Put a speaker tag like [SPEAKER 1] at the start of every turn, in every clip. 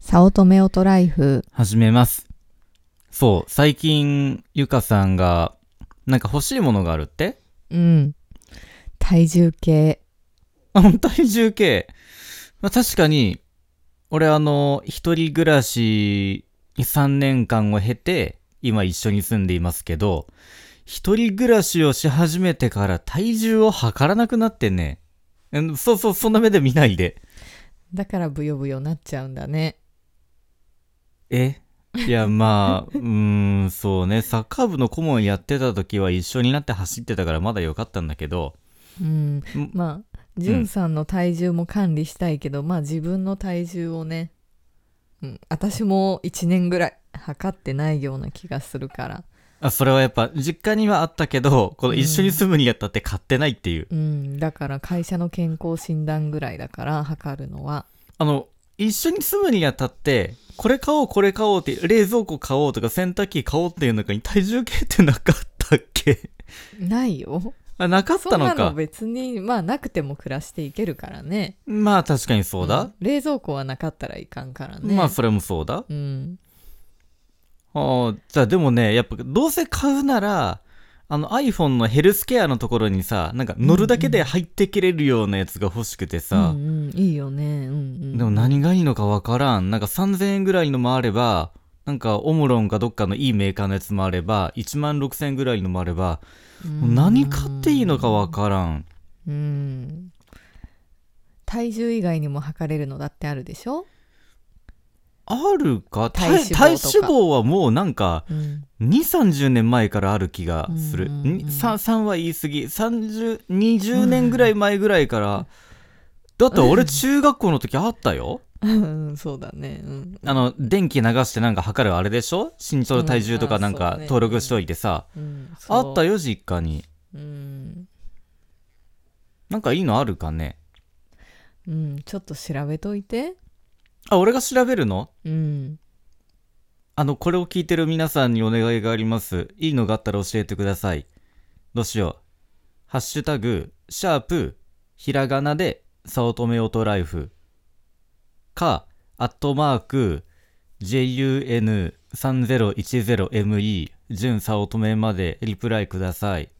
[SPEAKER 1] 早乙女オトライフ。
[SPEAKER 2] 始めます。そう、最近、ゆかさんが、なんか欲しいものがあるって
[SPEAKER 1] うん。体重計。
[SPEAKER 2] あの、体重計。まあ、確かに、俺あの、一人暮らし3年間を経て、今一緒に住んでいますけど、一人暮らしをし始めてから体重を測らなくなってね。うんそうそう、そんな目で見ないで。
[SPEAKER 1] だからブヨブヨなっちゃうんだね。
[SPEAKER 2] えいや、まあ、うーん、そうね、サッカー部の顧問やってた時は一緒になって走ってたからまだ良かったんだけど、
[SPEAKER 1] うん
[SPEAKER 2] うん。
[SPEAKER 1] まあ、じゅんさんの体重も管理したいけど、まあ自分の体重をね、うん、私も1年ぐらい測ってないような気がするから。
[SPEAKER 2] あそれはやっぱ実家にはあったけど、この一緒に住むにあたって買ってないっていう。
[SPEAKER 1] うん。だから会社の健康診断ぐらいだから測るのは。
[SPEAKER 2] あの、一緒に住むにあたって、これ買おう、これ買おうって、冷蔵庫買おうとか洗濯機買おうっていう中に体重計ってなかったっけ
[SPEAKER 1] ないよ。
[SPEAKER 2] あ、なかっ
[SPEAKER 1] そ
[SPEAKER 2] た
[SPEAKER 1] ん
[SPEAKER 2] の
[SPEAKER 1] な
[SPEAKER 2] か。
[SPEAKER 1] の別に、まあなくても暮らしていけるからね。
[SPEAKER 2] まあ確かにそうだ
[SPEAKER 1] ん。冷蔵庫はなかったらいかんからね
[SPEAKER 2] まあそれもそうだ。
[SPEAKER 1] うん
[SPEAKER 2] ああ、じゃあでもね、やっぱどうせ買うなら、あの iPhone のヘルスケアのところにさ、なんか乗るだけで入ってきれるようなやつが欲しくてさ、
[SPEAKER 1] うんうん、いいよねうんうん
[SPEAKER 2] でも何がいいのかわからん。なんか3000円ぐらいのもあれば、なんかオムロンかどっかのいいメーカーのやつもあれば、1万6000円ぐらいのもあれば、もう何買っていいのかわからん。
[SPEAKER 1] うん体重以外にも測れるのだってあるでしょ、
[SPEAKER 2] あるか
[SPEAKER 1] 体
[SPEAKER 2] 体
[SPEAKER 1] 脂肪とか
[SPEAKER 2] 体脂肪はもうなんか、
[SPEAKER 1] うん
[SPEAKER 2] 2、30年前からある気がする。
[SPEAKER 1] う
[SPEAKER 2] うん
[SPEAKER 1] うんうん
[SPEAKER 2] 3、3は言い過ぎ。30、20年ぐらい前ぐらいから。だって俺中学校の時あったよ。
[SPEAKER 1] うん、 そうだねうん
[SPEAKER 2] あの、電気流してなんか測るあれでしょ身長体重と
[SPEAKER 1] う
[SPEAKER 2] か
[SPEAKER 1] ん
[SPEAKER 2] なん
[SPEAKER 1] あそう
[SPEAKER 2] か
[SPEAKER 1] ね
[SPEAKER 2] 登録しといてさ。
[SPEAKER 1] うん
[SPEAKER 2] あった
[SPEAKER 1] よ、
[SPEAKER 2] よ、実家に。
[SPEAKER 1] うん
[SPEAKER 2] なんかいいのあるかね
[SPEAKER 1] うん、ちょっと調べといて
[SPEAKER 2] あ、俺が調べるの
[SPEAKER 1] うん
[SPEAKER 2] あの、これを聞いてる皆さんにお願いがあります。いいのがあったら教えてください。どうしよう。ハッシュタグ、シャープ、ひらがなで、さおとめおとライフ。か、アットマーク、jun3010me、じゅんさおとめまでリプライください。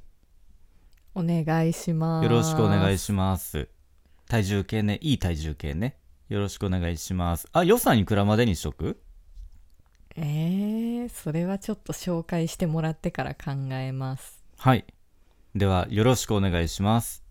[SPEAKER 1] お願いします
[SPEAKER 2] よろしくお願いします。体重計ね、いい体重計ね。よろしくお願いします。あ、予算いくらまでにしとく
[SPEAKER 1] えー、それはちょっと紹介してもらってから考えます
[SPEAKER 2] はい。では、よろしくお願いします。